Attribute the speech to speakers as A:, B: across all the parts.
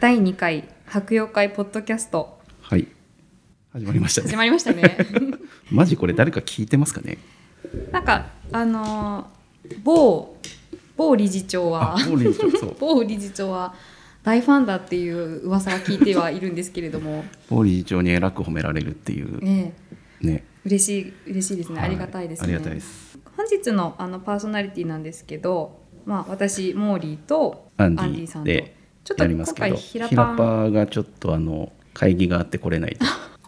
A: 第2回白洋会ポッドキャスト
B: はい始まりました
A: 始
B: ね
A: まりましたね
B: マジこれ誰か聞いてますかね
A: なんかあのー某某理事長は
B: あもう理事長そ う
A: 某理事長は大ファンだっていう噂は聞いてはいるんですけれど も、
B: もう理事長に偉く褒められるっていう
A: ええ、
B: ね
A: 嬉しい嬉しいですね、
B: は
A: あ
B: い
A: りがたいですね
B: ありがたいです
A: 本日のあのパーソナリティなんですけど、まあ、私モーリーと
B: アンデ
A: アンディさ
B: ィ
A: んと
B: で
A: ちょっと
B: やりま
A: 今
B: すけど
A: 回
B: ひ
A: 平
B: ら
A: パン
B: ぱがちょっとあの会議があって来れない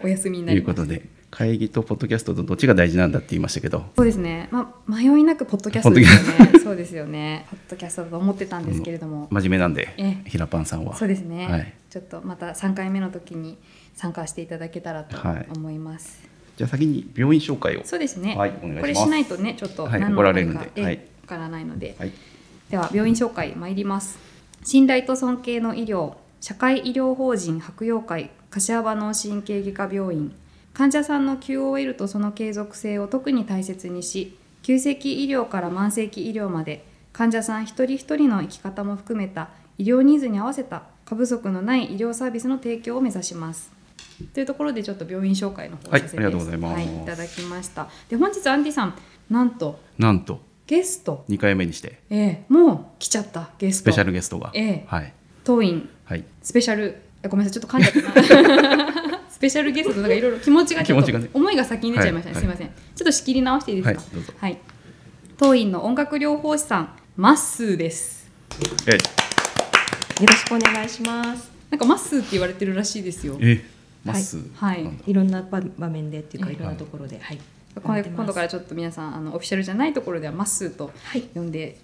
A: お休みに
B: と
A: な
B: いう
A: り
B: こ
A: ました
B: とで会議とポッドキャストとどっちが大事なんだって言いましたけど
A: そうですね、まあ、迷いなくポッドキャストですよねそうですよねポッドキャストだと思ってたんですけれども、
B: 真面目なんで
A: ええ
B: ひらぱんさんは
A: そうですね、
B: はい
A: ちょっとまた3回目の時に参加していただけたらと
B: はい
A: 思います、
B: じゃあ先に病院紹介を
A: そうですね、
B: はいお願いします
A: これしないとねちょっと
B: はい
A: 何の
B: 怒られるんで
A: 話かえ
B: はい
A: わからないので、
B: はい
A: では病院紹介参ります信頼と尊敬の医療社会医療法人白洋会柏場脳神経外科病院患者さんの QOL とその継続性を特に大切にし急性期医療から慢性期医療まで患者さん一人一人の生き方も含めた医療ニーズに合わせた過不足のない医療サービスの提供を目指しますというところでちょっと病院紹介の方を
B: はい
A: させて
B: ありがとうございます
A: はい、いただきましたで本日アンディさんなんと
B: なんと
A: ゲスト
B: 2回目にして
A: ええ、もう来ちゃったゲス
B: ス
A: ト
B: ペシャルゲストが
A: ええ
B: はい
A: 当院
B: はい
A: スペシャルあごめんなさいちょっと噛んじゃった なスペシャルゲストとかいろいろ気持ちがちょっ
B: 気持ちが
A: と
B: ね
A: 思いが先に出ちゃいましたね、
B: はい
A: すいませんちょっと仕切り直していいですか
B: はいどうぞ
A: はい、当院の音楽療法士さんマッスーです
B: え
C: よろしくお願いします。
A: なんかマッスーって言われてるらしいですよ
B: えまっす
A: はい
B: なんだ
C: いろんな場場面でっていうか、
A: ええ
C: いろんなところで、はい。。
A: これ今度かららちょっと皆さんあのオフィシャルじゃないところではマッスーと
C: はい
A: 呼んで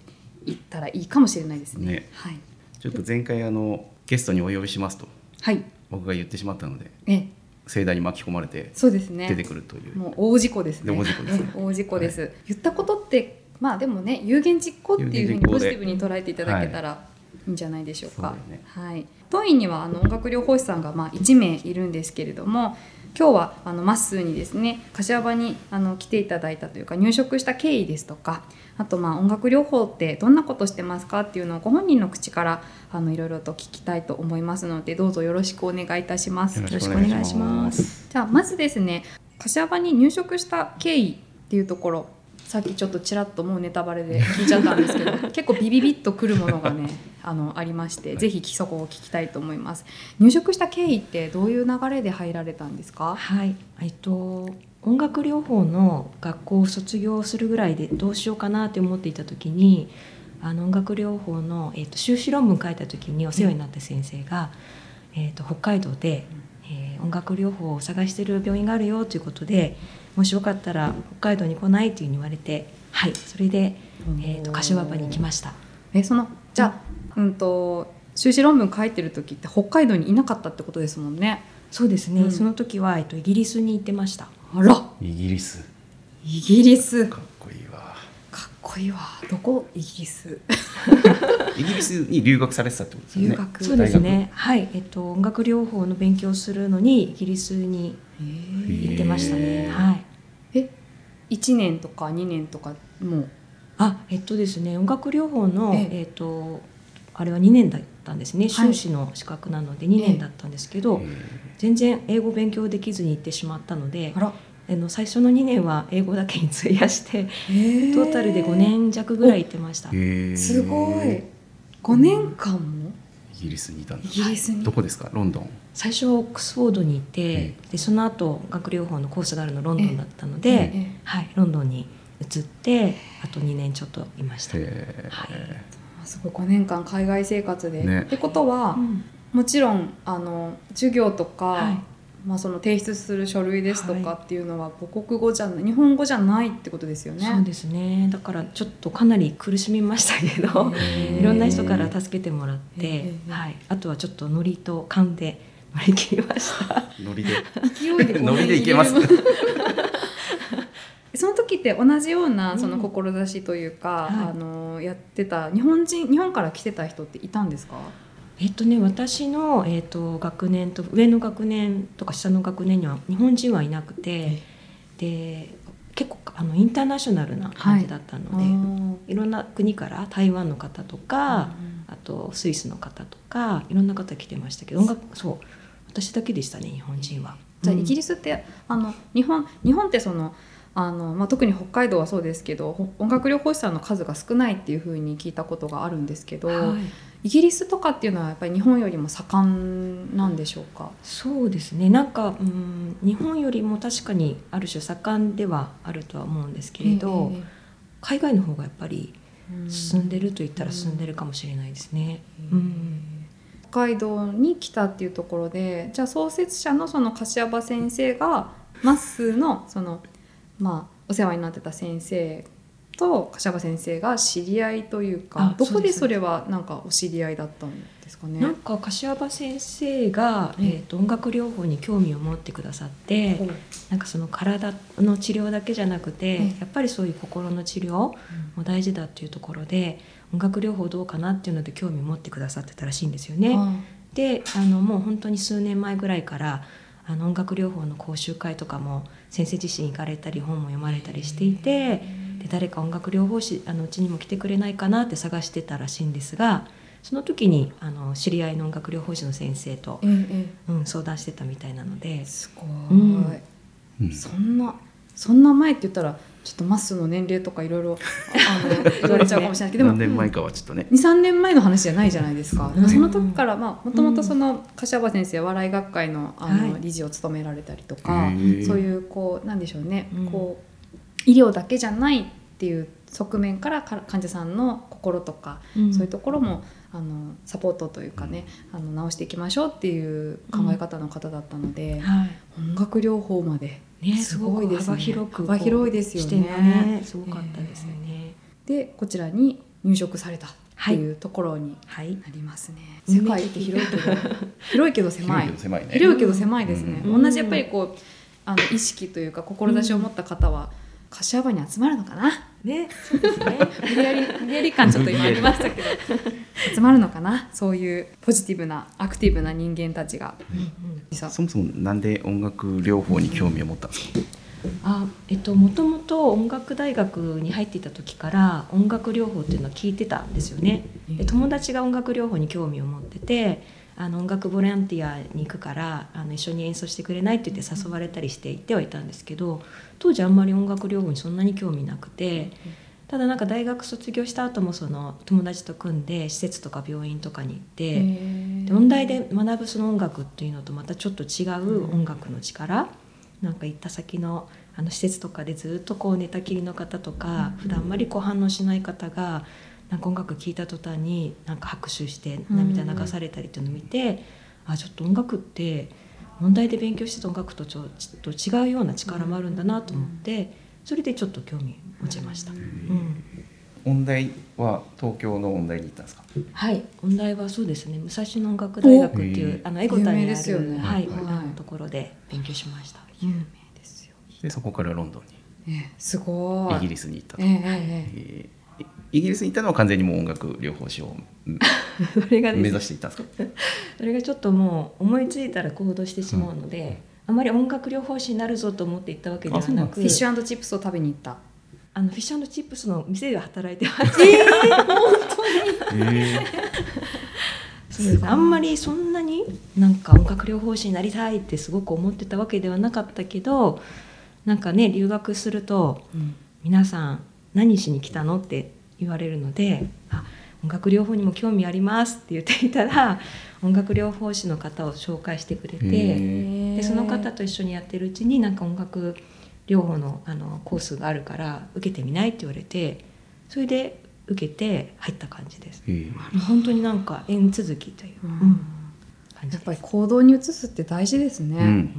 A: いったらいいかもしれないですね
B: ね
A: はい、
B: ちょっと前回あのゲストにお呼びしますと
A: はい、
B: 僕が言ってしまったので
A: ええ
B: 盛大に巻き込まれて
A: そうですね
B: 出てくるという
A: もう大事故ですね。
B: 大事故ですね
A: ええ 大事故です言ったことって、まあでもね、有言実行っていうふう
B: 有言
A: に
B: 実行
A: ポ
B: で
A: ジティブに捉えていただけたらいいんじゃないでしょうか
B: そうだよね。
A: はい。当院にはあの音楽療法士さんがまあ1名いるんですけれども、今日はあのまっすーにですね、柏場にあの来ていただいたというか入職した経緯ですとか、あとまあ音楽療法ってどんなことしてますかっていうのをご本人の口からあのいろいろと聞きたいと思いますので、どうぞよろしくお願いいたします。
B: よろ
C: よろ
B: し
C: し
B: く
C: く
B: お
C: お
B: 願
C: 願
B: い
C: い
B: し
C: し
B: ま
C: ますす。
A: じゃあまずですね柏場に入職した経緯っていうところさっきちょっとちらっともうネタバ レで聞いちゃったんですけど結構ビビビッとくるものがね あのありまして、
B: い
A: ぜひそこを聞きたいと思います入職した経緯ってどういう流れで入られたんですか
C: はい、えっと、音楽療法の学校を卒業するぐらいで、どうしようかなって思っていた時に。あの音楽療法の、えっと、修士論文書いた時に、お世話になった先生が。えっと、北海道で、えー音楽療法を探してる病院があるよということで。もしよかったら、北海道に来ないっていうふうに言われて、はい、それで、えっと、柏場に来ました。
A: えそのじゃあうんと修士論文書いてる時って北海道にいなかったってことですもんね
C: そうですね、
A: うん
C: その時は、えっと、イギリスに行ってました。
A: あら
B: イギリス
A: イギリスか
B: かっこいいわ
A: っこいいわどこイギリス
B: イギリスに留学されてたってことですよ
A: 留
B: ね
A: 学、
C: そうですね、はい、えっと、音楽療法の勉強をするのに、イギリスに
A: えー
C: 行ってましたね。
B: へー
C: はい。
A: え1年とか2年とかもう
C: あ、えっとですね、音楽療法の、
A: ええ
C: えっと、あれは2年だったんです
A: は
C: ね、
A: い
C: 修士の資格なので2年だったんですけど、全然英語勉強できずに行ってしまったので
A: あ、ら、
C: あの最初の2年は英語だけに費やして、
A: えー
C: トータルで5年弱ぐらい行ってました。
B: へえ
A: すごい
B: イ
A: 5年間も
B: ギリスにいたんだ
A: イギリスに、
B: どこですかロンドン
C: 最初はオックスフォードにいて、
B: え
C: でその後音楽療法のコースがあるのロンドンだったので、
B: え
A: ええ
C: はい、ロンドンに移ってあと2年ちょっといました、
B: へ
C: はい
A: あすごい5年間海外生活で、
B: ね
A: ってことは、
C: うん
A: もちろんあの授業とか、
C: はい
A: まあ、その提出する書類ですとか
C: は
A: っていうのは母国語じゃない日本語じゃないってことですよね。
C: そうですねだからちょっとかなり苦しみましたけど、
A: へー
C: いろんな人から助けてもらって、
A: ええ
C: はい、あとはちょっとノリと勘で乗り切りま した。
B: えノリで
A: 勢 いで
B: ノリでいけます
A: その時って同じよう
C: う
A: なんその志というか、
C: はい
A: あのやってた日本人日本から来てた人っていたんですか？
C: えっとね、私の、えっと、学年と上の学年とか下の学年には日本人はいなくて、で結構あのインターナショナルな感じだったので、
A: あー
C: いろんな国から台湾の方とか、あとスイスの方とかいろんな方来てましたけど音楽そう私だけでしたね日本人は。
A: じゃあ
C: うん
A: イギリスってあの日本日本ってそのあの、まあ、特に北海道はそうですけどほ音楽療法士さんの数が少ないっていうふうに聞いたことがあるんですけど、
C: はい
A: イギリスとかっていうのはやっぱり日本よりも盛んなんでしょうか、
C: そうですねなんかうん日本よりも確かにある種盛んではあるとは思うんですけれど、
A: ええ
C: 海外の方がやっぱり
A: うん
C: 進んでると言ったら進んでるかもしれないですね。うん
A: 北海道に来たっていうところでじゃあ創設者のその柏葉先生がまっすーのその、まあ、お世話になってた先生と柏葉先生が知り合いというか
C: あ
A: どこで
C: そ
A: そう
C: です
A: れはなんかお知り合いだったんですかね。
C: なんか柏葉先生が、
A: うん
C: えー、と音楽療法に興味を持ってくださって、
A: うん
C: なんかその体の治療だけじゃなくて、
A: うん
C: やっぱりそういう心の治療も大事だっていうところで音楽療法どうかなっていうので興味持ってくださってたらしいんですよね。
A: あ
C: であのもう本当に数年前ぐらいからあの音楽療法の講習会とかも先生自身行かれたり本も読まれたりしていてで誰か音楽療法士あのうちにも来てくれないかなって探してたらしいんですがその時にあの知り合いの音楽療法士の先生と、
A: ええ
C: うん、相談してたみたいなので
A: えすご
C: うん
B: う
A: い。
B: ん
A: そんなそんな前って言ったらちょっとまっすーの年齢とかいろいろあ の言われちゃうかもしれないけどでも
B: 何年前かはちょっとね、
A: 23年前の話じゃないじゃないですか、
C: うん
A: その時からまあもともとそうの柏葉先生は笑い学会のあの、
C: はい
A: 理事を務められたりとか、
B: へー
A: そういうこうなんでしょうね、
C: うん
A: こう医療だけじゃないっていう側面からか患者さんの心とか、そういうところもあのサポートというかね、あの直していきましょうっていう考え方の方だったので、
C: はい
A: 音楽療法まで。
C: ね、
A: すごいですね
C: 幅広くこう
A: 幅広いですよね
C: 視点がねすごかったですよね、
A: でこちらに入職されたっていうところに
C: はい
A: なりますね。
C: うん
A: 世界って広い けど広いけど狭い
B: 広いけど。狭いね。
A: 広いけど狭いですね。
B: うん
A: 同じやっぱりこうあの意識というか志を持った方は柏場に集まるのかな。
C: ねそうですね
A: 無理やり 無理やり感ちょっと今ありましたけど集まるのかな。そういうポジティブなアクティブな人間たちが。
C: うんうん
A: さ
B: そもそもなんで音楽療法に興味を持ったんですか。
C: あえっともともと音楽大学に入っていた時から音楽療法っていうのは聞いてたんですよね。で友達が音楽療法に興味を持っててあの音楽ボランティアに行くからあの一緒に演奏してくれないって言って誘われたりして行ってはいたんですけど当時あんまり音楽療法にそんなに興味なくて。ただなんか大学卒業した後もその友達と組んで施設とか病院とかに行って、で音大で学ぶその音楽っていうのとまたちょっと違う音楽の力、なんか行った先のあの施設とかでずっとこう寝たきりの方とか、
A: うん
C: 普段あんまりこう反応しない方がなんか音楽聴いた途端になんか拍手して
A: うん
C: 涙流されたりっていうのを見て、あちょっと音楽って問題で勉強してた音楽とちょちょっと違うような力もあるんだなと思って、それでちょっと興味持ちました。うん
B: 音大は東京の音大に行ったんですか。
C: はい、音大はそうですね武蔵野音楽大学ってい
B: おへ
C: う
B: え
C: あのエゴタに
A: 有名で
C: あ
A: すよ
C: る、
A: ね
C: は
B: はい
C: いあのところで勉強しました、
A: 有名ですよ。
B: でそこからロンドンに
A: ええすごい。
B: イギリスに行ったと。
A: えええええ
B: えーイギリスに行ったのは完全にもう音楽療法士をうん
C: それが
B: 目
C: です
B: 指していったんですか。
C: それがちょっともう思いついたら行動してしまうので、あまり音楽療法士になるぞと思って行ったわけでは
B: あそうな
C: なん
B: です
C: く
A: えフィッシュチップスを食べに行った。
C: あのフィッシュチップスの店で働いてまし
A: すごい
C: たあんまりそんなになんか音楽療法士になりたいってすごく思ってたわけではなかったけどなんかね留学すると皆さん何しに来たのって言われるので「あ音楽療法にも興味あります」って言っていたら 音楽療法士の方を紹介してくれて
A: で
C: でその方と一緒にやってるうちになんか音楽療法のあのコースがあるから受けてみないって言われてそれで受けて入った感じです。
B: えー
C: 本当になんか縁続きという、
A: うん
C: 感
A: や
C: じ
A: っぱ
C: で
A: り
C: す。
A: 行動に移すって大事です
B: う
A: ね。
B: ん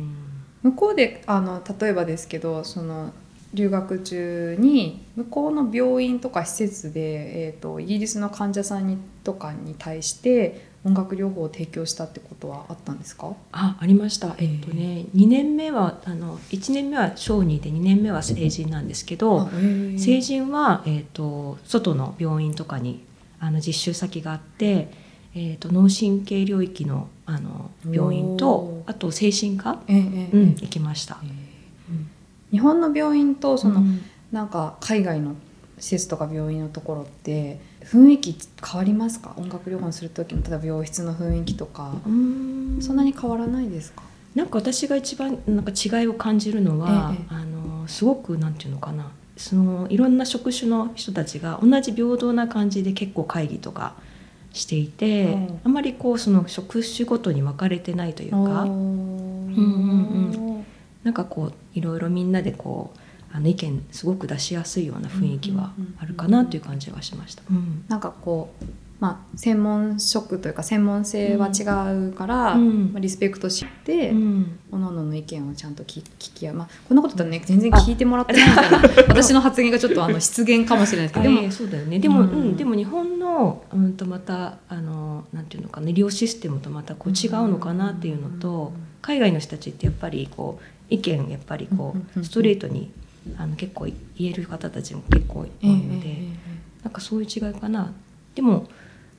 A: 向こうであの例えばですけどその留学中に向こうの病院とか施設で、えー、とイギリスの患者さんにとかに対して音楽療法を提供したってことはあったんですか
C: あありました、えっとね、2年目はあの1年目は小児で2年目は成人なんですけど、成人は、えー、と外の病院とかにあの実習先があって、えー、と脳神経領域のあの病院と
A: おー
C: あと精神科、
A: ええええ
C: うん、
A: ええ
C: 行きました。
A: 日本の病院とその、
C: うん
A: なんか海外の施設とか病院のところって雰囲気変わりますか音楽療法する時の例えば病室の雰囲気とか
C: うーん
A: そんなに変わらないですか
C: なんか私が一番なんか違いを感じるのは、
A: ええ
C: あのすごくなんていうのかなそのいろんな職種の人たちが同じ平等な感じで結構会議とかしていて、
A: うん
C: あまりこうその職種ごとに分かれてないという
A: お
C: か、
A: ー
C: んなんかこういろいろみんなでこうあの意見すごく出しやすいような雰囲気はあるかなという感じがしました。うん
A: なんかこうまあ専門職というか専門性は違うから、
C: うん
A: まあリスペクトして、
C: うん
A: おのおのの意見をちゃんと聞聞き合う、まあ、こんなことだったらね全然聞いてもらってないみ たいな私の発言がちょっとあの失言かもしれないですけ
C: あ
A: どでも
C: ええそうだよねでも、
A: う
C: うんんでも日本の、うん、とまたあのなんていうのかな医療システムとまたこう違うのかなっていうのと、海外の人たちってやっぱりこう意見やっぱりこ
A: うんうんうんう
C: うんストレートにあの結構言える方たちも結構多
A: ええ
C: い
A: え
C: ので、なんかそういう違いかなでも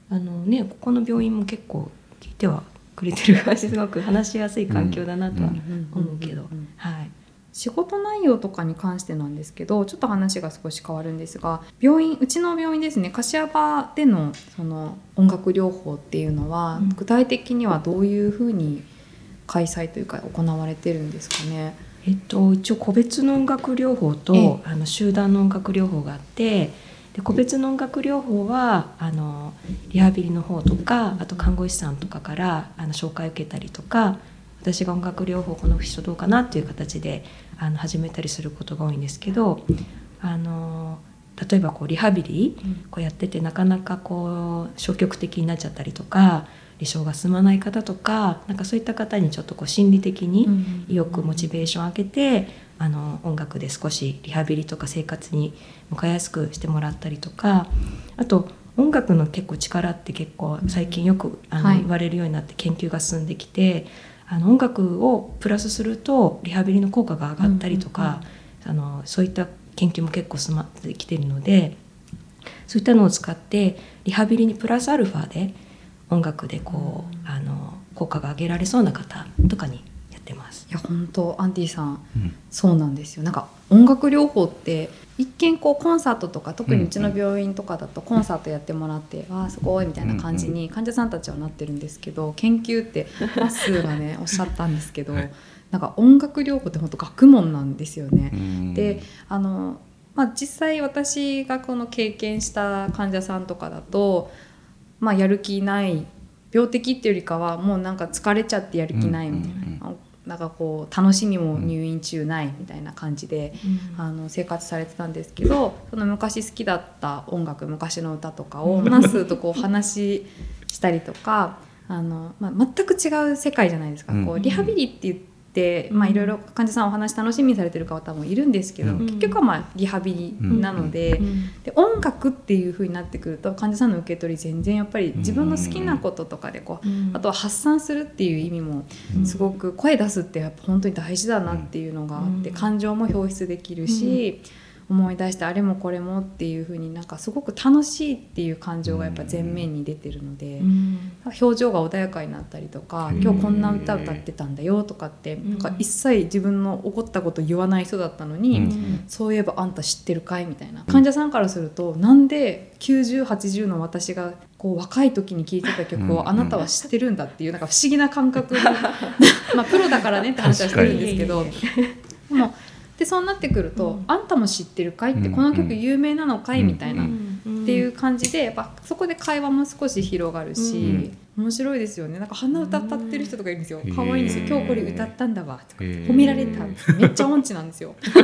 C: あの、ね、ここの病院も結構聞いてはくれてる 感じすごく話しやすい環境だなとは、
B: う
A: えええ
C: 思うけど
A: んん
C: はい。
A: 仕事内容とかに関してなんですけどちょっと話が少し変わるんですが病院うちの病院ですね柏場でのその音楽療法っていうのは、
C: うん
A: 具体的にはどういうふうに開催というか行われてるんですかね。
C: えっと、一応個別の音楽療法と、
A: ええ
C: あの集団の音楽療法があってで個別の音楽療法はあのリハビリの方とかあと看護師さんとかからあの紹介を受けたりとか私が音楽療法この人どうかなっていう形であの始めたりすることが多いんですけどあの例えばこうリハビリこうやっててなかなかこう消極的になっちゃったりとか理想が進まない方とかなんかそういった方にちょっとこう心理的に、意欲モチベーションを上げてあの音楽で少しリハビリとか生活に向かいやすくしてもらったりとかあと音楽の結構力って結構最近よくあの、
A: はい
C: 言われるようになって研究が進んできてあの音楽をプラスするとリハビリの効果が上がったりとか、あのそういった研究も結構進まってきてるのでそういったのを使ってリハビリにプラスアルファで音楽でこう、あの効果が上げられそうな方とかにやってます。
A: いや本当アンディさん
B: うん
A: そうなんですよなんか音楽療法って一見こうコンサートとか特にうちの病院とかだとコンサートやってもらって「わあすごい」みたいな感じに患者さんたちはなってるんですけど研究ってマスがねおっしゃったんですけど
B: はい
A: なんか音楽療法って本当学問なんですよね。
B: うん
A: であのまあ、実際私がこの経験した患者さんとかだと、まあ、やる気ない病的っていうよりかはもうなんか疲れちゃってやる気ないみたいな,、なんかこう楽しみも入院中ないみたいな感じで、あの生活されてたんですけどその昔好きだった音楽昔の歌とかをナスとこう話したりとかあの、まあ、全く違う世界じゃないですか、
B: うん
A: こうリハビリって言って、まあ、いろいろ患者さんお話楽しみにされてる方もいるんですけど、
B: うん
A: 結局はまあリハビリなので。で音楽っていう風になってくると患者さんの受け取り全然やっぱり自分の好きなこととかでこうあとは発散するっていう意味も
C: うん
A: すごく声出すってやっぱ本当に大事だなっていうのがあって、
C: うん
A: 感情も表出できるし、思い出してあれもこれもっていう風になんかすごく楽しいっていう感情がやっぱ前面に出てるので、表情が穏やかになったりとか、
B: うん
A: 今日こんな歌歌ってたんだよとかって、なんか一切自分の起こったこと言わない人だったのに。
B: うん
A: そういえばあんた知ってるかいみたいな患者さんからするとなんで9080の私がこう若い時に聴いてた曲
B: う
A: を
B: ん
A: あなたは知ってるんだっていうなんか不思議な感覚にまあプロだからねって話はしてるんですけど
C: 確
A: でもでそうなってくると、
C: うん
A: あんたも知ってるかいって、
B: うん
A: この曲有名なのかいみたいな、っていうう感じでやっぱそこで会話も少し広がるし、面白いですよねなんか鼻歌歌ってる人とかいるんですよ
B: うん
A: 可愛いんですよ
B: へー
A: 今日これ歌ったんだわとか
B: へー
A: 褒められためっちゃ音痴なんですよ めっちゃ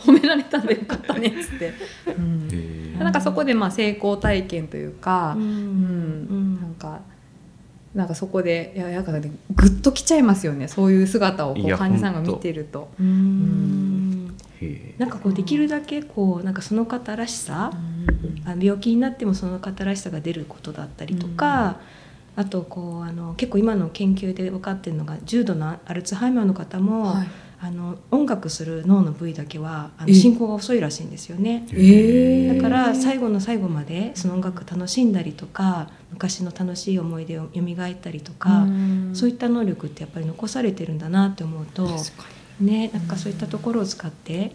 A: 褒められたんでよかったねっつって、うん
B: へー
A: なんかそこでまあ成功体験というか、うんなん
C: ん
A: かなんかそこでいやなんかねグッときちゃいますよねそういう姿をこ
B: いうや
A: 患者さんが
B: ほんと
A: 見てると。
C: うん
B: へ
C: なんかこうできるだけこうなんかその方らしさ
A: うん
C: あ病気になってもその方らしさが出ることだったりとか、あとこうあの結構今の研究で分かってるのが重度のアルツハイマーの方も、
A: はい
C: あの音楽する脳の部位だけはあ
A: え
C: の進行が遅いらしいんですよね。
B: え
A: えー
C: だから最後の最後までその音楽楽しんだりとか昔の楽しい思い出を蘇ったりとか、そうい
A: っ
C: った能力ってやっぱり残されてるんだなって思うと、ね、なんかそういったところを使って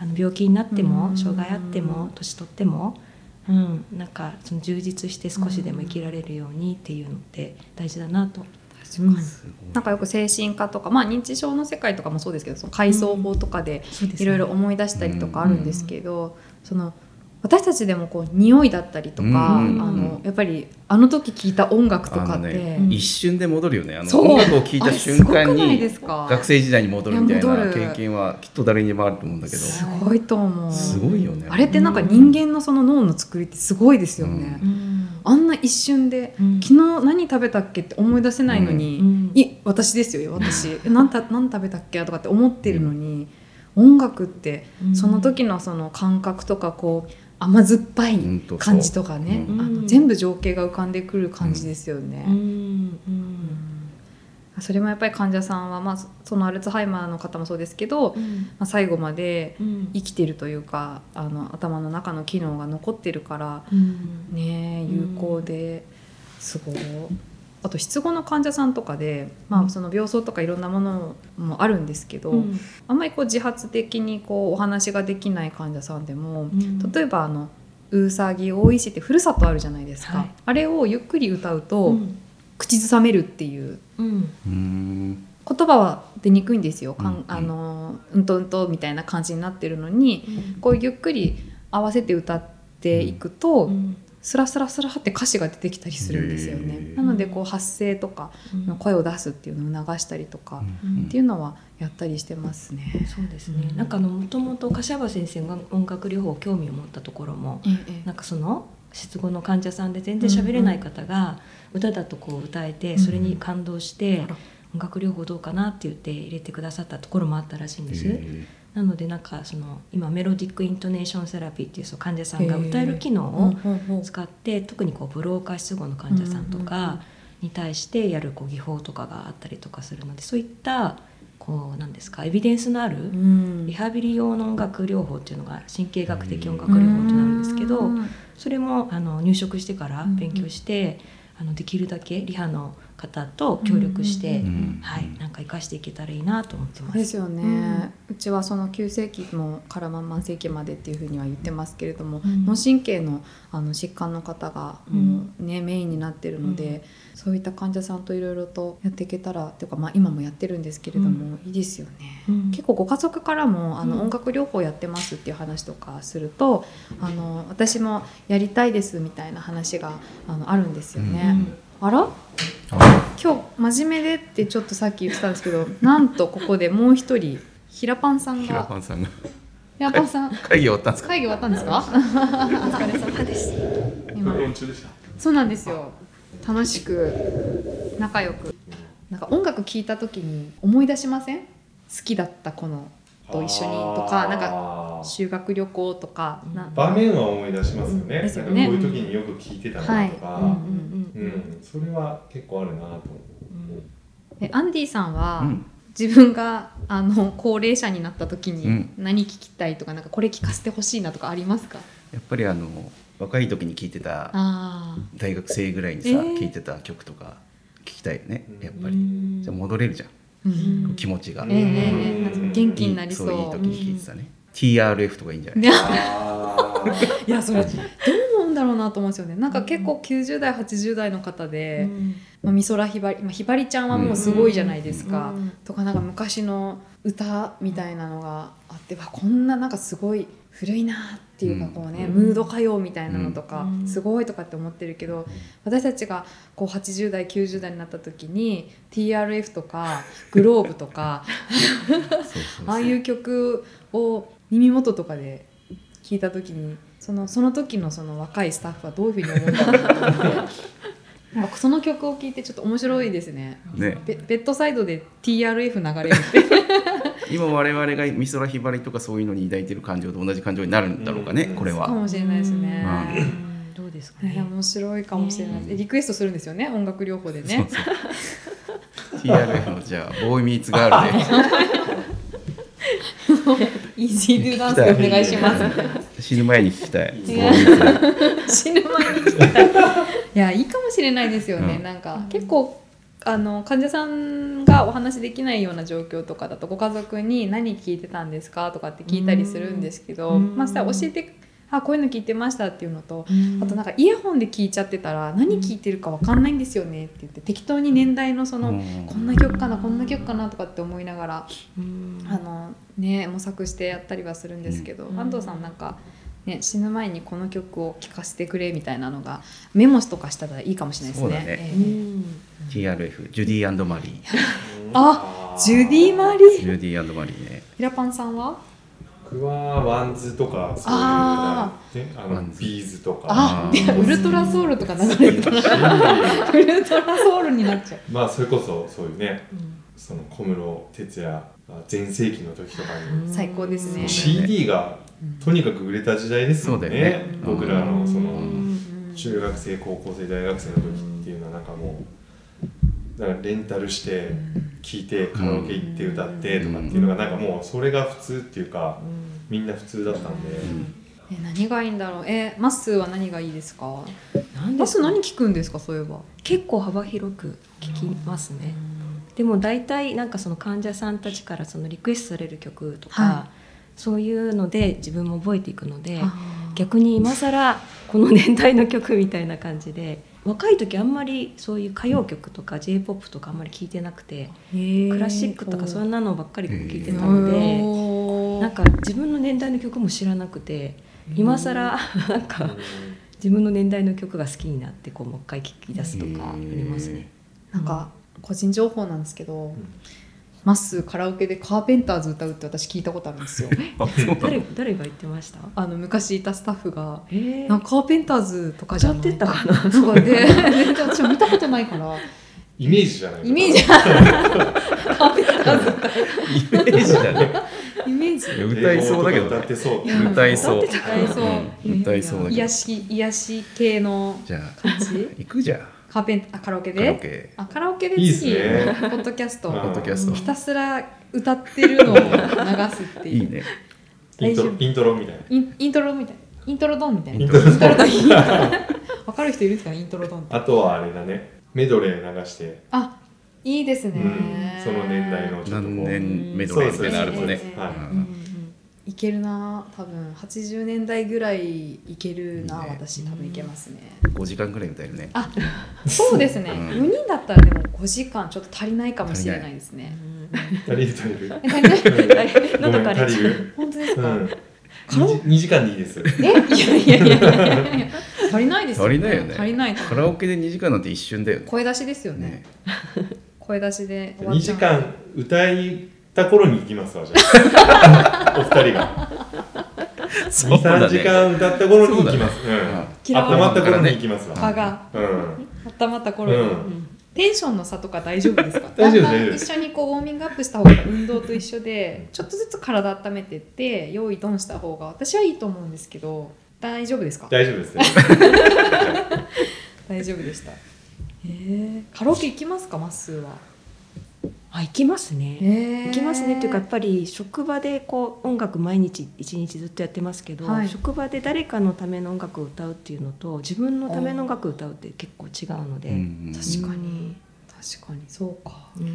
C: あの病気になって
A: う
C: も
A: ん
C: 障害あっても年取ってもうん、なんかその充実して少しでも生きられるようにっていうのって大事だなと、うん
B: すごい
A: なんかよく精神科とか、まあ、認知症の世界とかもそうですけどその階層法とかで
C: そうですね
A: いろいろ思い出したりとかあるんですけど、その私たちでもこう匂いだったりとか、
B: うん
A: あのやっぱりあの時聞いた音楽とか
B: あ
A: っ
B: の
A: て、
B: ね
C: うん
B: 一瞬で戻るよねあの
A: そう
B: 音楽を聴い
A: あ
B: た
A: れ
B: 瞬間
A: すごくないで
B: に
A: すか
B: 学生時代に戻るみたい
A: いや戻
B: な
A: る
B: 経験はきっと誰にでもあると思うんだけど
C: す
A: すごいと思う
B: すごいよね
A: あれってなんか人間のその脳の作りってすごいですよね、
C: うん
A: あんな一瞬で
C: うん
A: 昨日何食べたっけって思い出せないのに、
C: うん
A: い私ですよ私え何た何食べたっけとかって思ってるのに、音楽って
C: うん
A: その時のその感覚とかこう甘酸っぱい
B: うんとそう
A: 感じとかね、
C: うん
A: あの全部情景が浮かんでくる感じですよね。
C: うんう
A: うんんそれもやっぱり患者さんは、まあ、そのアルツハイマーの方もそうですけど、まあ、最後まで
C: うん
A: 生きてるというかあの頭の中の機能が残ってるから
C: うん
A: ねえ
C: う
A: 有
C: ん
A: 効ですごい。あと失語の患者さんとかで、まあ、その病巣とかいろんなものもあるんですけど、
C: うん
A: あんまりこう自発的にこうお話ができない患者さんでも
C: うん
A: 例えばあのうさぎ大石ってふるさとあるじゃないですか、
C: はい
A: あれをゆっくり歌うと、
C: うん
A: 口ずさめるっていう
C: うん
B: うーん
A: 言葉は出にくいんですよ、かん
B: うん
A: あのうんとうんとみたいな感じになってるのにこうゆっくり合わせて歌っていくと、
C: うん
A: スラスラスラって歌詞が出てきたりするんですよ
B: へ
A: ね。
B: ー
A: なのでこう発声とかの声を出すっていうのを促したりとかっていうのはやったりしてますね。
C: そうですね、
A: うん
C: なんかあのもともと柏原先生が音楽療法興味を持ったところも
A: ええ
C: なんかその失語の患者さんで全然喋れない方が歌だとこう歌えてそれに感動して
A: あら
C: 音楽療法どうかなって言って入れてくださったところもあったらしいんです。
B: へ
C: なのでなんかその今メロディックイントネーションセラピーっていうその患者さんが歌える機能を
A: を
C: 使って特にこうブローカー失語の患者さんと
A: うんうんうん
C: かに対してやるこう技法とかがあったりとかするのでそういったこうなんですかエビデンスのあるリハビリ用の音楽療法っていうのが神経学的音楽療法ってなるんですけど、それもあの入職してから勉強して、あのできるだけリハの方と協力して、
A: うん
B: ーうん
C: はい、なんか生かしていけたらいいなと思って
A: そう
C: ま。
A: ですすよね、うちはその急性期もからまあ慢性期までっていうふうには言ってますけれども、
C: うん
A: 脳神経のあの疾患の方がもう、ねメインになってるので、そういった患者さんといろいろとやっていけたらっていうか、まあ、今もやってるんですけれども、いいですよね。
C: うん
A: 結構ご家族からもあ
C: うん
A: の音楽療法やってますっていう話とかすると、あの私もやりたいですみたいな話があのあるんですよね。あら
B: あ
A: 今日真面目でってちょっとさっき言ってたんですけど なんとここでもう一人ひらぱんさん
B: 平パ
A: が
B: ンさんが
A: ひらぱんさん
B: 会議終わったんですか
A: 会議終わったんですかお疲れ様です今そうなんですよ楽しく仲良くなんか音楽聴いた時に思い出しません好きだった子のと一緒にとかなんか
D: か
A: 修学旅行とかな
D: 場面は思い出しますよね,、
A: ですよね
D: なんかこういう時によく聞いてた
A: は
D: ないとか、
A: うん
D: うんそれは結構あるなと思う、
A: でアンディさんは、
B: うん
A: 自分があの高齢者になった時
B: う
A: に
B: ん
A: 何聞きたいとか,、なんかこれ聞かせてほしいなとかありますか
B: やっぱりあの若い時に聴いてた
A: あー
B: 大学生ぐらいにさ
A: え
B: 聴、
A: ー
B: いてた曲とか聴きたいよね
D: うん
B: やっぱり、じゃあ戻れるじゃん、
A: うん
B: 気持ちが、
A: ええええええ
D: うん
A: 元気になりそう
B: いいそういい時に聴いてたね、TRF とかいいんじゃない、
A: ね
D: あー
A: いやそれどう思うんだろうなと思うんですよねなんか結構90代80代の方で、まあ、美空ひばり、まあ、ひばりちゃんはもうすごいじゃないですか、
C: うん
A: とかなんか昔の歌みたいなのがあってわこんななんかすごい古いなっていうか
B: うん
A: こうね、
C: うん
A: ムード歌謡みたいなのとか、
C: うん
A: すごいとかって思ってるけど私たちがこう80代90代になった時に TRF とかグローブとか
B: そうそうそう
A: ああいう曲を耳元とかで聞いた時にそのその時のその若いスタッフはどういうふうに思ったのかと 思ってあその曲を聴いてちょっと面白いですね。
B: ね
A: ベベッドサイドで TRF 流れるって
B: 今我々が美空ひばりとかそういうのに抱いてる感情と同じ感情になるんだろうかね、
D: うん
B: これ
A: か
B: は
A: もしれないですね。
B: う
C: どうですか
A: ね
C: ね。
A: 面白いかもしれないです。リクエストするんですよね、音楽療法でね。
B: TRF のじゃあボーイミーツガールで
A: イージードゥダンスでお願いします。
B: 死ぬ前に聞きたい。
D: い
B: ボーイ
D: いね
B: ミーツ
A: 死ぬ前に聞きたい。い や、いいかもしれないですよね。
B: うん
A: なんか結構あの患者さんがお話しできないような状況とかだとご家族に何聞いてたんですかとかって聞いたりするんですけど、
C: うん
A: まあそしたら教えてあこういうの聞いてましたっていうのと
C: うん
A: あとなんかイヤホンで聞いちゃってたら何聞いてるかわかんないんですよねって言って適当に年代のそのこんな曲かなこんな曲かなとかって思いながら
C: うん
A: あのね模索してやったりはするんですけど、
C: うん
A: 安藤さんなんか、ね、死ぬ前にこの曲を聴かせてくれみたいなのがメモとかしたらいいかもしれないです
B: そうだ
A: ね。
B: ね
C: うん
A: ええ
B: TRF ジュディーマリー
A: あジュディ・マリ
B: ジ
A: ー
B: ュディーマリーね
A: 平パンさんは
D: 僕はワンズとかそういう
A: あ
D: ねあ
B: ワ
D: の
B: ンズ
D: ビーズとか
A: あ
B: あー
A: ウルトラソウルとか流れるからウルトラソウルになっちゃう。
D: まあそれこそそういうね
C: うん
D: その小室哲哉が全盛期の時とかに
A: 最高ですね
D: もう
B: そうだよね
D: CD がとにかく売れた時代ですもん
B: そ
D: ね
B: うだよね
D: 僕らのその
A: うん
D: 中学生高校生大学生の時っていうのはなんかもうだからレンタルして聴いてカラオケ行って歌ってとかっていうのがなんかもうそれが普通っていうかみんな普通だったんで
A: え何がいいんだろうえマッスーは何がいいですか
C: なん
A: マ
C: で
A: ッス
C: す
A: ー
C: か
A: 何聞くんですかそういえば
C: 結構幅広く聞きますね。でも大体なんかその患者さんたちからそのリクエストされる曲とか、
A: は
C: そういうので自分も覚えていくので
A: あー
C: 逆に今更この年代の曲みたいな感じで若い時あんまりそういう歌謡曲とか j p o p とかあんまり聞いてなくて、クラシックとかそんなのばっかりこう聞いてたので、なんか自分の年代の曲も知らなくて今更 なんか自分の年代の曲が好きになってこうもう一回聴き出すとかありますね。
A: なんか個人情報なんですけど、
D: ん
A: まっすーカラオケでカーペンターズ歌うって私聞いたことあるんですよ
B: あそうなの
C: 誰誰が言ってました？
A: あの昔いたスタッフが
C: えー
A: なんかカーペンターズとかじゃない
C: 歌ってたか
A: なそうで全然私は見たことないから
D: イメージじゃない
A: イメージカーペンターズ
B: イメージだね
A: イメージ
B: いや歌いそうだけど
D: 歌ってそう
B: 歌いそう
C: 歌ってた
A: 歌いそう
B: うん歌いそうだけ
A: 癒
B: ど
A: やし癒し系の
B: じゃあ
A: 感じ
B: 行くじゃあ
A: カーペンあカラオケ
B: カラオ
A: で
B: ケ
A: あカラオケで
D: いいっす
A: 次
D: ね
A: ポッドキャスト
D: うん
B: ポッドキャスト
A: ひたすら歌ってるのを流すっていう
B: いいね
D: イントロ
A: 大丈夫
D: イントロみたいな
A: インイントロみたいなイントロドンみたいな
B: イ
A: イ
B: ン
A: ン
B: ト
A: ト
B: ロ
A: ロドンわかる人いるんですかイントロドンって
D: あとはあれだねメドレー流して、
A: あいいですね、
D: うん、その年代のちょっとこう
B: 何年メドレーみたいなのあるとね
D: そうですね
B: う
C: うん
B: ん
C: うん
A: いけるな多分80年代ぐらいいけるな、
B: いいね
A: 私多分いけますね、
B: 5時間ぐらい歌えるね
A: あそうですね、
B: うん
A: 4人だったらでも5時間ちょっと足りないかもしれないですね
D: 足りる足りる
A: え足りない
C: うん
D: ごめ
C: 喉
D: ん
C: 枯れ
D: 足
C: ち
D: り
C: ゃう。
D: る
A: 本当です
D: う
A: か、
D: ん2時間でいいです
A: えいやいやいやいやいや足りないですよね
B: 足りないよね
A: 足りない
B: カラオケで2時間なんて一瞬だよね
A: 声出しですよね
B: ね
A: 声出しで終わ
D: 2
A: っちゃ
D: 時
A: う
D: 間歌いた頃に行きますわじゃ あお二人が
B: そうだ
D: 23
B: ね
D: 時間歌った頃に行きますう
A: うん
D: ん温まった頃に行きます
A: 蚊
D: わ
A: が
D: うん
A: 温まった頃に、
D: うん
A: テンションの差とか大丈夫ですか
D: 大丈夫
A: だんだん
D: 大丈
A: 一緒にこうウォーミングアップした方が運動と一緒でちょっとずつ体温めてって用意ドンした方が私はいいと思うんですけど大丈夫ですか
D: 大丈夫ですね
A: 大丈夫でしたへえカラオケ行きますかまっすーは
C: あ行きますね。
A: 行
C: 行きますねっていうかやっぱり職場でこう音楽毎日一日ずっとやってますけど、
A: はい
C: 職場で誰かのための音楽を歌うっていうのと自分のための音楽を歌うって結構違うので、
B: うんうん
A: 確かに確かにそうか
C: うん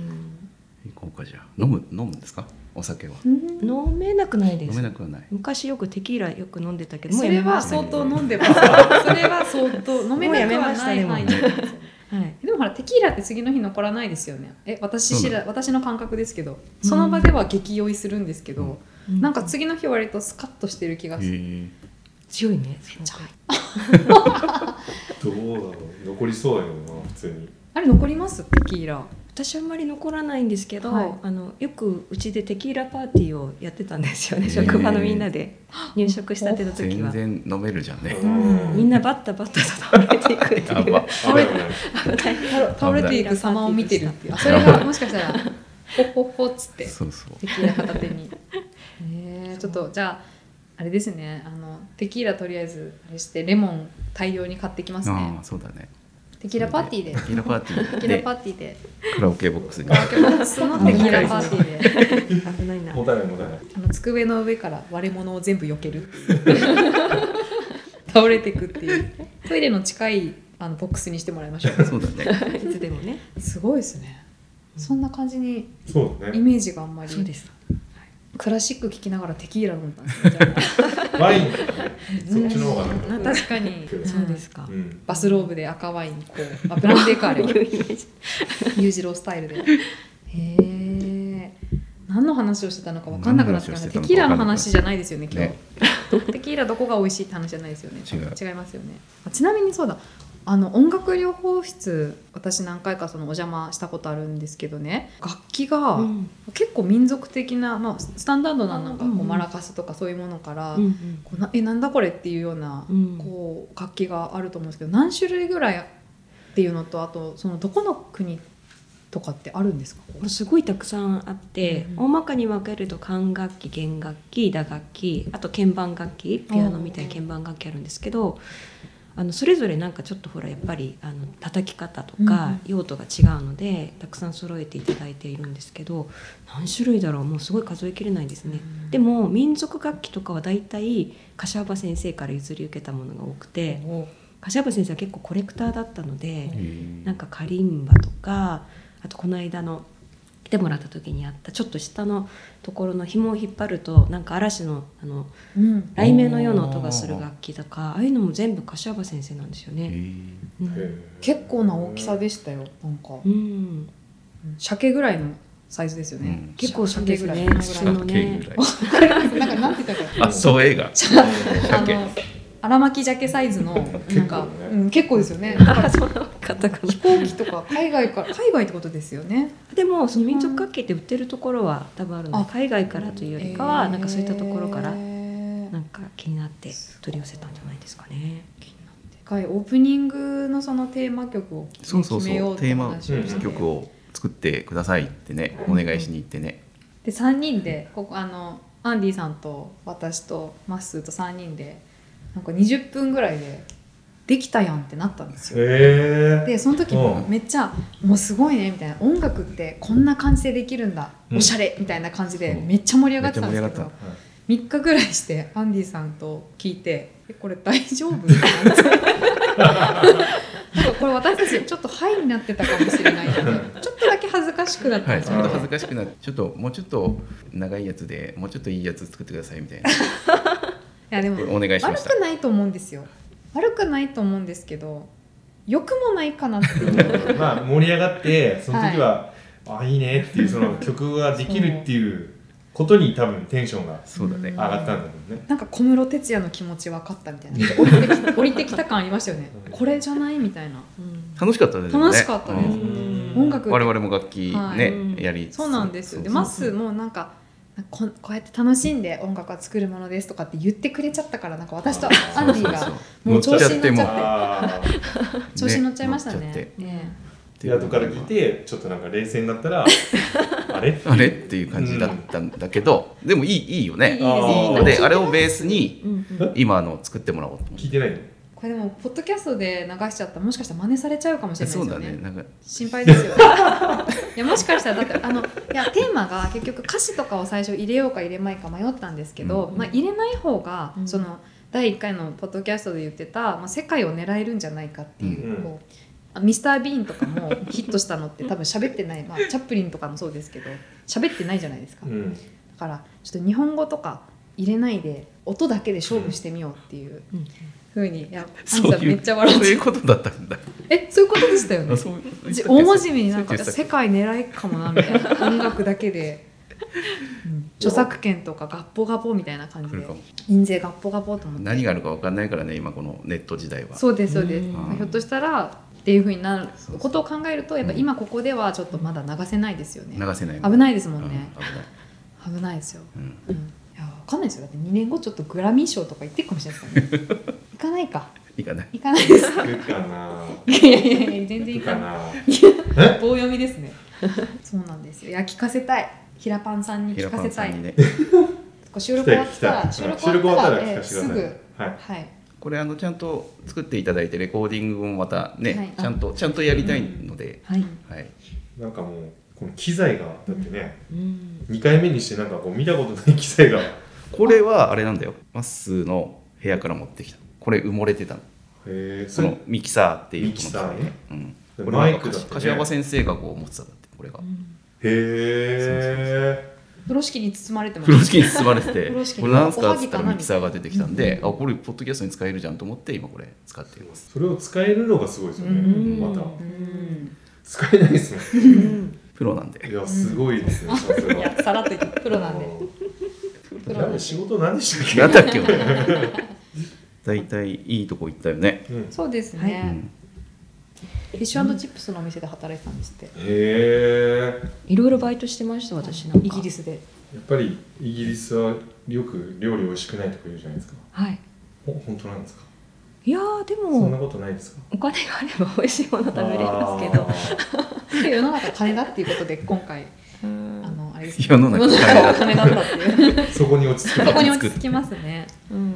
B: 行こうかじゃあ飲む飲むんですかお酒は
A: うん
C: 飲めなくないで
B: 飲
C: す
B: めなくはない
C: 昔よくテキーラよく飲んでたけど
A: それは
C: もう
A: 相当飲んで ますそれは相当飲めなくはない
C: もう
A: 範
C: やめ
A: 囲
C: ま
A: で
C: しやめまし
A: でもほらテキーラって次の日残らないですよねえ私知
B: そうな
A: ら私の感覚ですけどその場では激酔いするんですけど、
C: たはい、
A: なんか次の日割とスカッとしてる気がする、
B: へ
C: 強いねすごく
A: ちゃ
D: どうだろう残りそうやよな普通に
A: あれ残りますテキーラ
C: 私あんまり残らないんですけど、
A: はい
C: あのよくうちでテキーラパーティーをやってたんです よね、
B: へー
C: 職場のみんなで入職したての
B: ー
C: 時
B: 全
C: は
B: 然飲めるじゃんね
D: う
C: みんなバッタバッタと倒れていくっ て
B: や
C: いう
B: ば
D: 危ない危ない
C: 危ない
A: 倒れていく様を見てるっていうあそれがもしかしたらほっほっほっつって
B: そうそう
A: テキーラ片手にえー、ちょっとじゃああれですねあのテキーラとりあえずあれしてレモン大量に買ってきます
B: あ
A: ね
B: あそうだね
A: テキーラパーティーで
B: テキーラパーティ
A: テ
B: ー
A: キーラ
B: で
A: パーティーで
B: カラオケボックスに
A: カラオケボックスのテキーラパーティーで。
C: 危ないな
D: もたないもたない
A: あの机の上から割れ物を全部避ける 倒れてくっていうトイレの近いあのボックスにしてもらいましょ
B: そうだね
C: いつでもね
A: うすごいですねそんな感じに
D: そうだ
A: イ
D: ね
A: メージがあんまり
C: そうです
E: クラシック聴きながらテキーラ飲んだんですよじゃ
D: ワインだよねそっちの方がなんか
A: あ確かに
D: そう
C: そうですか
D: う。ん
A: バスローブで赤ワインこうあブランデーかあれは
C: いうイメージ
A: 裕次郎スタイルでへえ何の話をしてたのか分かんなくなってきました
B: 何の話をしてたのか
A: テキーラの話じゃないですよね今日
B: ね
A: テキーラどこが美味しいって話じゃないですよね
B: 違う
A: 違いますよねあちなみにそうだあの音楽療法室私何回かそのお邪魔したことあるんですけどね楽器が
C: うん
A: 結構民族的な、まあ、スタンダードななんかこ
C: うん
A: う
C: うん
A: マラカスとかそういうものから、
C: うん
A: こうなえなんだこれっていうような
C: うん
A: こう楽器があると思うんですけど何種類ぐらいっていうのとあとそのどこの国とかってあるんですかこ
C: うんすごいたくさんあって、
A: うん
C: 大まかに分けると管楽器弦楽器打楽器あと鍵盤楽器ピアノみたいな鍵盤楽器あるんですけどあのそれぞれなんかちょっとほらやっぱりあの叩き方とか用途が違うので、たくさん揃えていただいているんですけど何種類だろうもうすごい数えきれないですね。
A: う
C: でも民族楽器とかは大体柏葉先生から譲り受けたものが多くて柏葉先生は結構コレクターだったので、なんかカリンバとかあとこの間の来てもらった時にあったちょっと下のところの紐を引っ張るとなんか嵐のあの
A: うん
C: 雷鳴のような音がする楽器とかああいうのも全部柏葉先生なんですよ
B: へ
C: ね。
B: ー
C: う
D: へ
C: ん
D: え
A: 結構な大きさでしたよなんか
C: うん、
A: 鮭ぐらいのサイズですよね、
B: うん
C: 結構そうです
A: 鮭
C: ね
A: ぐらい
C: 普通
A: こ
C: の
B: あ
C: ね
B: 軽ぐら
A: な
B: い
A: んかなんて言ったか
B: あそう映画
A: あ
B: 鮭
A: の荒巻鮭サイズのなんか
D: 結構ね
A: うん、結構ですよね
C: あそうなのかったかな
A: 飛行機とか海外から海外ってことですよね
C: でもその民族楽器って売ってるところは多分あるの
A: あ
C: で海外からというよりかはなんかそういったところから
A: へー
C: なんか気になって取り寄せたんじゃないですかね。
A: 一回オープニングのそのテーマ曲を決
B: そうそうそう
A: めようって
B: テーマ
A: 話をして
B: 曲を作ってくださいってねお願いしに行ってね
A: で3人でここあのアンディさんと私とマッスーと3人でなんか20分ぐらいでできたやんってなったんですよ。
D: へえ
A: でその時も
D: うん
A: めっちゃ「もうすごいね」みたいな「音楽ってこんな感じでできるんだ
D: うん
A: おしゃれ」みたいな感じで
B: うん
A: めっちゃ盛り上がってたんで
B: め
A: す
B: っ
A: け
B: ちゃ盛
A: ど
B: り
A: 3日ぐらいしてアンディさんと聞いて「えこれ大丈 夫?」ってなってなんかこれ私たちちょっと「はい」になってたかもしれないけどちょっとだけ恥ずかしくなった
B: は
A: ん
B: い
A: で
B: ち
A: す
B: ょ
A: よ
B: っ
A: ね
B: と恥ずかしくなってちょっともうちょっと長いやつでもうちょっといいやつ作ってくださいみたいない
A: やでも
B: お願いしました
A: 悪くないと思うんですよ悪くないと思うんですけど良くもないかなって いう
D: うん まあ盛り上がってその時はあいいねっていうその曲ができるっていうことに多分テンションが
B: そうだね
D: 上がったんだろうね
A: なんか小室哲也の気持ち分かったみたいな降りてき降りてきた感ありましたよねこれじゃないみたいな
C: うん
B: 楽しかったですね
A: 楽しかったです、
B: うん
D: ん
A: 音楽
B: 我々も楽器
A: は
B: ね
C: い
B: やり
A: そうなんですよで
B: そうそ
A: ま
B: う
A: っすーもなんかなんかこんこうやって楽しんで音楽は作るものですとかって言ってくれちゃったからなんか私とアンディ
B: そう
A: が
B: そう
A: もう
B: そう
A: 調子に乗っちゃって
B: 乗っちゃっ
D: ああ
B: てもう
A: 調子に乗っちゃいましたね
B: 乗っちゃって
A: ね
B: ってい
D: で
B: う
D: 後から聞いてちょっとなんか冷静になっ たらあれ
B: あれっていう感じだったんだけど、でもいいいいよね
A: いい
D: ですね
B: いのであれをベースに
C: うんうん
B: 今あの作ってもらおうと思って
D: 聞いてないの
A: これでもポッドキャストで流しちゃったらもしかしたら真似されちゃうかもしれないで
B: そ
A: す
B: う
A: よ
B: だ
A: ね
B: ねなんか
A: 心配ですよ いやもしかしたらだってあのいやテーマが結局歌詞とかを最初入れようか入れまいか迷ったんですけど、
B: うん
A: まあ、入れない方が、
C: うん
A: その第1回のポッドキャストで言ってた、まあ、世界を狙えるんじゃないかっていう,、
D: うん
A: こうあミスター・ビーンとかもヒットしたのって多分喋ってない、まあ、チャップリンとかもそうですけど喋ってないじゃないですか、
D: う
A: だ
D: ん
A: からちょっと日本語とか入れないで音だけで勝負してみようっていう
C: うん
A: ふうにいやアン
B: そう
A: さん
B: い
A: め
B: う
A: っちゃ笑っ
B: そうい
A: て
B: うことだったんだ
A: えそういうことでしたよね
B: あそうそういう
A: じ
B: 人
A: 大真面目になんか
B: そういう人
A: 世界狙いかもなみたいな音楽だけ で、うん著作権とかガッポガポみたいな感じ
B: 来る
A: で
B: かも
A: 印税ガッポガポと思って
B: 何があるかわかんないからね今このネット時代は
A: そうですそうです
C: うん
A: まあひょっとしたらっていうふうになる
B: そうそう
A: ことを考えるとやっぱ今ここではちょっとまだ流せないですよね
B: 流せない
A: 危ないですも
B: うんん危ない
A: ね、危ないですよ、
B: うん
A: うん、いやわかんないですよだって2年後ちょっとグラミー賞とか行ってるかもしれないですからね 行かないか
B: いいかない
A: 行かないです
D: 行くかない
A: やいやいや全然
D: 行
A: 行
D: く
A: か
D: か
A: ない
D: な
A: 棒読みですねそうなんですよいや聞かせたい平パンさんに
B: 平
A: 聞か
B: パ
A: せ
B: ンさ
A: たい
B: んにね
A: こう収録終わったら
D: 来た
A: 収
D: 来た
A: 録終わったら
D: 収録終わったら
A: え
D: 聞
A: ー
D: かせて
A: す
D: ください
A: ぐ
D: はい
A: はい
B: これあのちゃんと作っていただいてレコーディングもまたね、
A: はい
B: ちゃんとちゃんとやりたいので、
C: はい
B: はい
D: なんかもうこの機材がだってね、
C: うん
D: 二回目にしてなんかこう見たことない機材がへ
B: これはあれなんだよまっすーの部屋から持ってきたこれ埋もれてたの
D: えそ
B: そ
D: れ
B: のミキサーっていう
D: ミキサーね
B: うん、
D: で
B: これなんか
D: マイクだってね
B: 柏葉先生がこう持ってたんだってこれが
C: う、ん
D: へえ
A: 風呂敷に包まれてます
B: 風呂敷に包まれてて
A: 風呂敷
B: これなんす
A: お
B: か
A: は
B: っ
A: ぎ
B: つっ
A: か
B: た
A: な
B: らミキサーが出てきたんで、あこれポッドキャストに使えるじゃんと思って今これ使っています
D: それを使えるのがすごいですよね、
A: うん
D: また
A: うん
D: 使えないですね
B: プロなん
D: い
B: で
D: やすごいですね、さす
A: い
D: が
A: やさらっと言ってプロなんで
D: うんなんか仕事何でしたっけ
B: なんだっけ俺大体いいとこ行ったよね、
D: うん、へ
A: そうですね、
B: うん
A: フィッシュチップスのお店で働いてたんですって
D: え
C: いろいろバイトしてました私なんか
A: イギリスで
D: やっぱりイギリスはよく料理美味しくないとか言うじゃないですか
C: はい
D: ほ本当なんですか
C: いやーで
D: そんな
C: も
D: ことないですか
C: お金があれば美味しいもの食べれますけど
D: す
A: で世の中金だっていうことで今回
C: うん
A: あのあれですね
B: 世の中金だ
A: 世の中金だったって いう
D: けどそこに落ち着く
A: そこに落ち着きますね
C: うん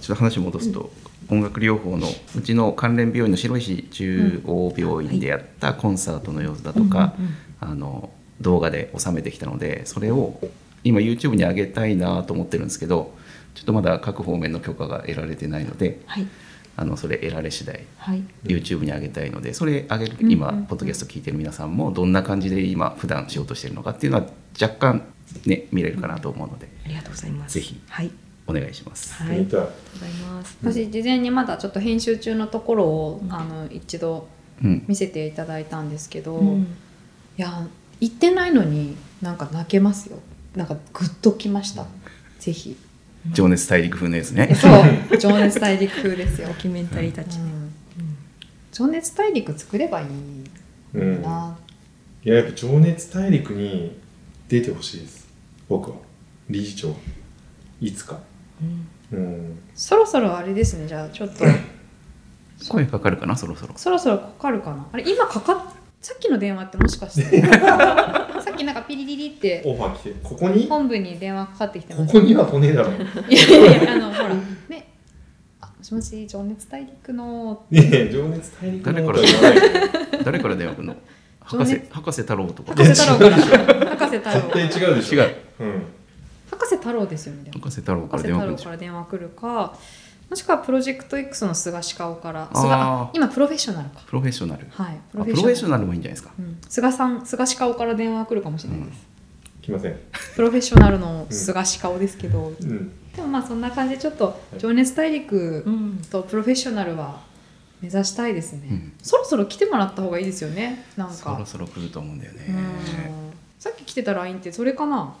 B: ちょっと話戻すと、音楽療法のうちの関連病院の白石中央病院でやったコンサートの様子だとか、あの動画で収めてきたのでそれを今 YouTube に上げたいなと思ってるんですけどちょっとまだ各方面の許可が得られてないので
C: はい
B: あのそれ得られ次第
C: はい、
B: YouTube に上げたいのでそれ上げる
A: うん
B: 今、
A: うん
B: ポッドキャスト聞いてる皆さんもどんな感じで今普段仕事してるのかっていうのは若干ね見れるかなと思うので
C: ありがとうございます
B: ぜひ
C: はい
B: お願いします。
C: はいあり
D: み
C: がと
D: たい、
C: うございます
A: 私事前にまだちょっと編集中のところを、あの一度
B: うん、
A: 見せていただいたんですけど、
C: う
A: い
C: ん
A: や行ってないのになんか泣けますよなんかグッときました、ぜひ
B: 情熱大陸風のやつね。
A: そう情熱大陸風ですよ
C: ド、キュメンタリーたちね
A: うん情熱大陸作ればいい
D: うん、いや
A: な、
D: やっぱ情熱大陸に出てほしいです僕は理事長いつか
C: うん
D: うん
A: そろそろあれですねじゃあちょっと
B: 声かかるかなそろそろ。
A: そろそろかかるかなあれ今かかっさっきの電話ってもしかしてさっきなんかピリリリって
D: オファー来てここにこ
A: 本部に電話かかってきてます
D: こには来ね えだろね
A: いやいやいやあのほらねあもしもし情熱大陸の
D: え情熱大陸のことは言わない
B: 誰から電話くんの
A: 情
B: 博士
A: 熱
B: 博士太郎とか。
A: 博士太郎から博士太郎
D: 絶対違うでしょ
B: 違う。
D: うん
A: 博士太郎ですよねでも
B: 博士太郎
A: 博
B: から
A: 士
B: 電話
A: 太郎
B: くんでし
A: か
B: ょ。
A: ら電話来るかもしくはプロジェクト X の菅氏顔から
B: あー
A: 菅あ今プロフェッショナルか
B: プロフェッショナル。
A: はいプ
B: プロフェッショ
A: ナ
B: ナルもいいんじゃないですか。
A: ル、うん、菅さん菅氏顔から電話来るかもしれないです、
D: 来ません
A: プロフェッショナルの菅氏顔ですけど、
D: うん
A: でもまあそんな感じでちょっと情熱大陸とプロフェッショナルは目指したいですね、
B: うん
A: そろそろ来てもらった方がいいですよねなんか
B: そろそろ来ると思うんだよ
A: う
B: ね。
A: んさっき来てた LINE ってそれか な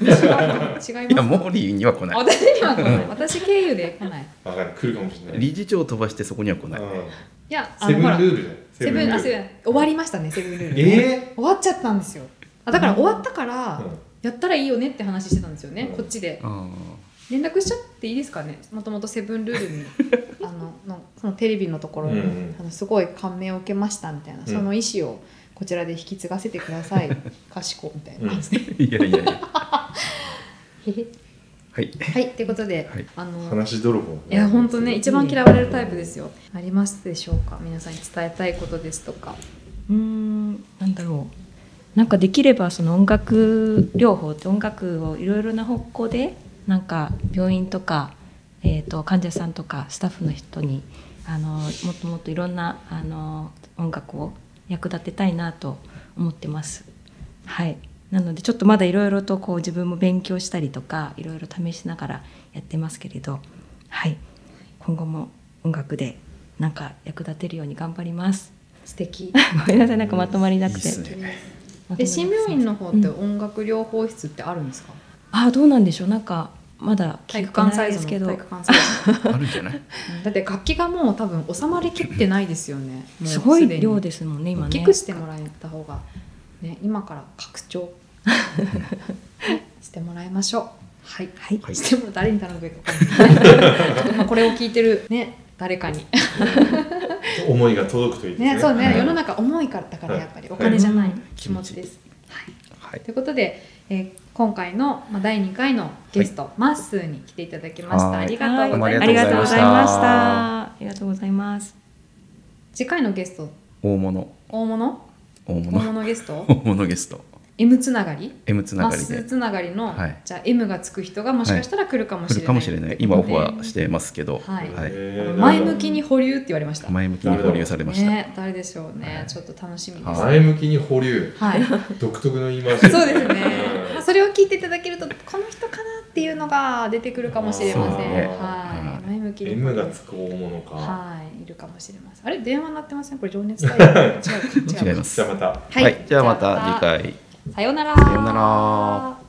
A: 違うか違います
B: いやモーリーには来ない。
A: 私には来な
B: う
A: い私経由で来ないい
D: 分かる来るかもしれない
B: 理事長飛ばしてそこには来ない。
D: うん
A: やあ
D: セブ
A: の
D: ン
A: ほ
D: ル
A: ら
D: ールじゃん
A: セブンあセブ
D: ン
A: ン終わりましたねセブンルール
D: え
A: 終わっちゃったんですよあだから終わったから
D: うん
A: やったらいいよねって話してたんですよねこっちで
B: あ
A: 連絡しちゃっていいですかねもともと「セブンルール に」あののそのテレビのところに、
D: うんうん
A: あのすごい感銘を受けましたみたいな、
D: ん
A: その意思をこちらで引き継がせてくださいかしこみたいな感じで。
B: あ。いやいやいや。
A: へへ
B: はい。
A: はいということで、
B: はい
A: あ
D: うん
A: の
D: 話泥棒
A: いや本当ね一番嫌われるタイプですよ。ありますでしょうか皆さんに伝えたいことですとか。
C: うーんなんだろうなんかできればその音楽療法って音楽をいろいろな方向でなんか病院とか、えー、と患者さんとかスタッフの人にあのもっともっといろんなあの音楽を役立てたいなと思ってます。はいなのでちょっとまだいろいろとこう自分も勉強したりとかいろいろ試しながらやってますけれど、はい、今後も音楽でなんか役立てるように頑張ります。
A: 素 敵
C: ごめんなさいなんかまとまりなくて。
B: いいっすね
C: まとまりなくて
A: え新病院の方って
C: うん
A: 音楽療法室ってあるんですか、
C: あどうなんでしょうなんかまだ
A: 体
C: 聞い
A: 育
C: て
A: 館
C: な
A: サ
C: い
A: イ
C: で
A: ズの
C: すけ
A: 体
C: ど
A: 育館サイズの
B: あるんじゃない。
A: だって楽器がもう多分収まりきってないですよね。もう
C: すごい
A: でに
C: 量ですもんね今
A: 大
C: ね
A: きくしてもらえた方が、ね、今から拡 張、ねしてもらいましょう。はい、
C: はい
B: はい
A: しても誰に頼むべきか分かんない。ちょ っとまあこれを聞いてるね誰かに
D: 思いが届くといいですね
A: ねそうね、
D: はい
A: 世の中重いからだからやっぱり、
D: はい
A: お金じゃない
C: はい
A: 気持ちです。はい
B: はい。
A: ということで、えー今回のまあ第2回のゲスト、マッスーに来ていただきました。
B: はい
A: あり
C: は
A: が
C: い
A: とうございま
B: どうも
A: す。
C: あり
B: りが
C: がと
B: とう
C: うご
B: ござい
C: ざいま
B: ま
C: し
B: した
C: たありがとうございます
A: 次回のゲスト
B: 大物
A: 大物
B: 大
A: 大
B: 物
A: 物ゲスト
B: 大物ゲスト
A: M つながり
B: M つな
A: マ
B: がり
A: ス
B: で
A: つながりの、
B: はい
A: じゃあ M がつく人がもしかしたら来るかもしれ
B: 来る
A: ない、
B: かもしれない。今オファ
A: ね
B: ーしてますけど。
A: はい
D: えー
A: 前向きに保留って言われました
B: 前向きに保留されました。
A: ね誰でしょうね、
B: はい
A: ちょっと楽しみです
B: は
A: は
B: い
A: い、
D: 前向きに保留独特の言い回し
A: そうですね、まあ、それを聞聞いていただけるとこの人かなっていうのが出てくるかもしれません、
B: そうだね
A: は
B: はい
A: い前向きに
D: M がつく大物か
A: はいいるかもしれませんあれ電話鳴ってませんこれ情熱大陸違うか違うか
B: 違います
D: じゃあまた
B: はい、じゃあまた次回。
A: さようなら
B: さようなら